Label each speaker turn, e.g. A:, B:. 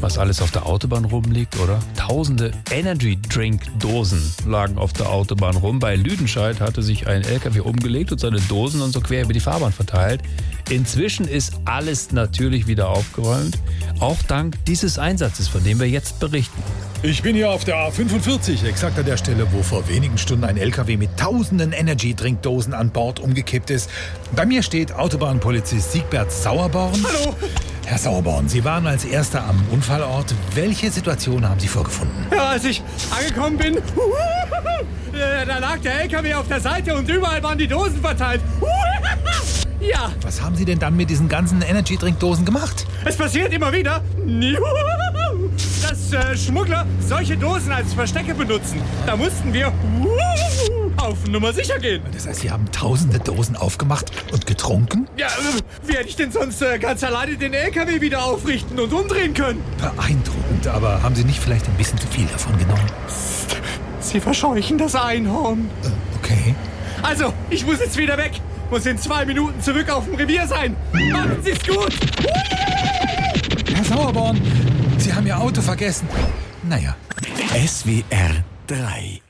A: was alles auf der Autobahn rumliegt, oder? Tausende Energy Drink Dosen lagen auf der Autobahn rum. Bei Lüdenscheid hatte sich ein LKW umgelegt und seine Dosen dann so quer über die Fahrbahn verteilt. Inzwischen ist alles natürlich wieder aufgeräumt, auch dank dieses Einsatzes, von dem wir jetzt berichten.
B: Ich bin hier auf der A45, exakt an der Stelle, wo vor wenigen Stunden ein LKW mit tausenden Energy-Trinkdosen an Bord umgekippt ist. Bei mir steht Autobahnpolizist Siegbert Sauerborn.
C: Hallo.
B: Herr Sauerborn, Sie waren als Erster am Unfallort. Welche Situation haben Sie vorgefunden?
C: Ja, als ich angekommen bin, äh, da lag der LKW auf der Seite und überall waren die Dosen verteilt. Ja,
B: Was haben Sie denn dann mit diesen ganzen Energy-Trinkdosen gemacht?
C: es passiert immer wieder, dass äh, Schmuggler solche Dosen als Verstecke benutzen. Da mussten wir auf Nummer sicher gehen.
B: Das heißt, Sie haben tausende Dosen aufgemacht und getrunken?
C: Ja, äh, wie hätte ich denn sonst äh, ganz alleine den LKW wieder aufrichten und umdrehen können?
B: Beeindruckend, aber haben Sie nicht vielleicht ein bisschen zu viel davon genommen?
C: Sie verscheuchen das Einhorn.
B: Äh, okay.
C: Also, ich muss jetzt wieder weg. Muss in zwei Minuten zurück auf dem Revier sein. Machen Sie's gut.
B: Herr Sauerborn, Sie haben Ihr Auto vergessen. Naja,
D: SWR 3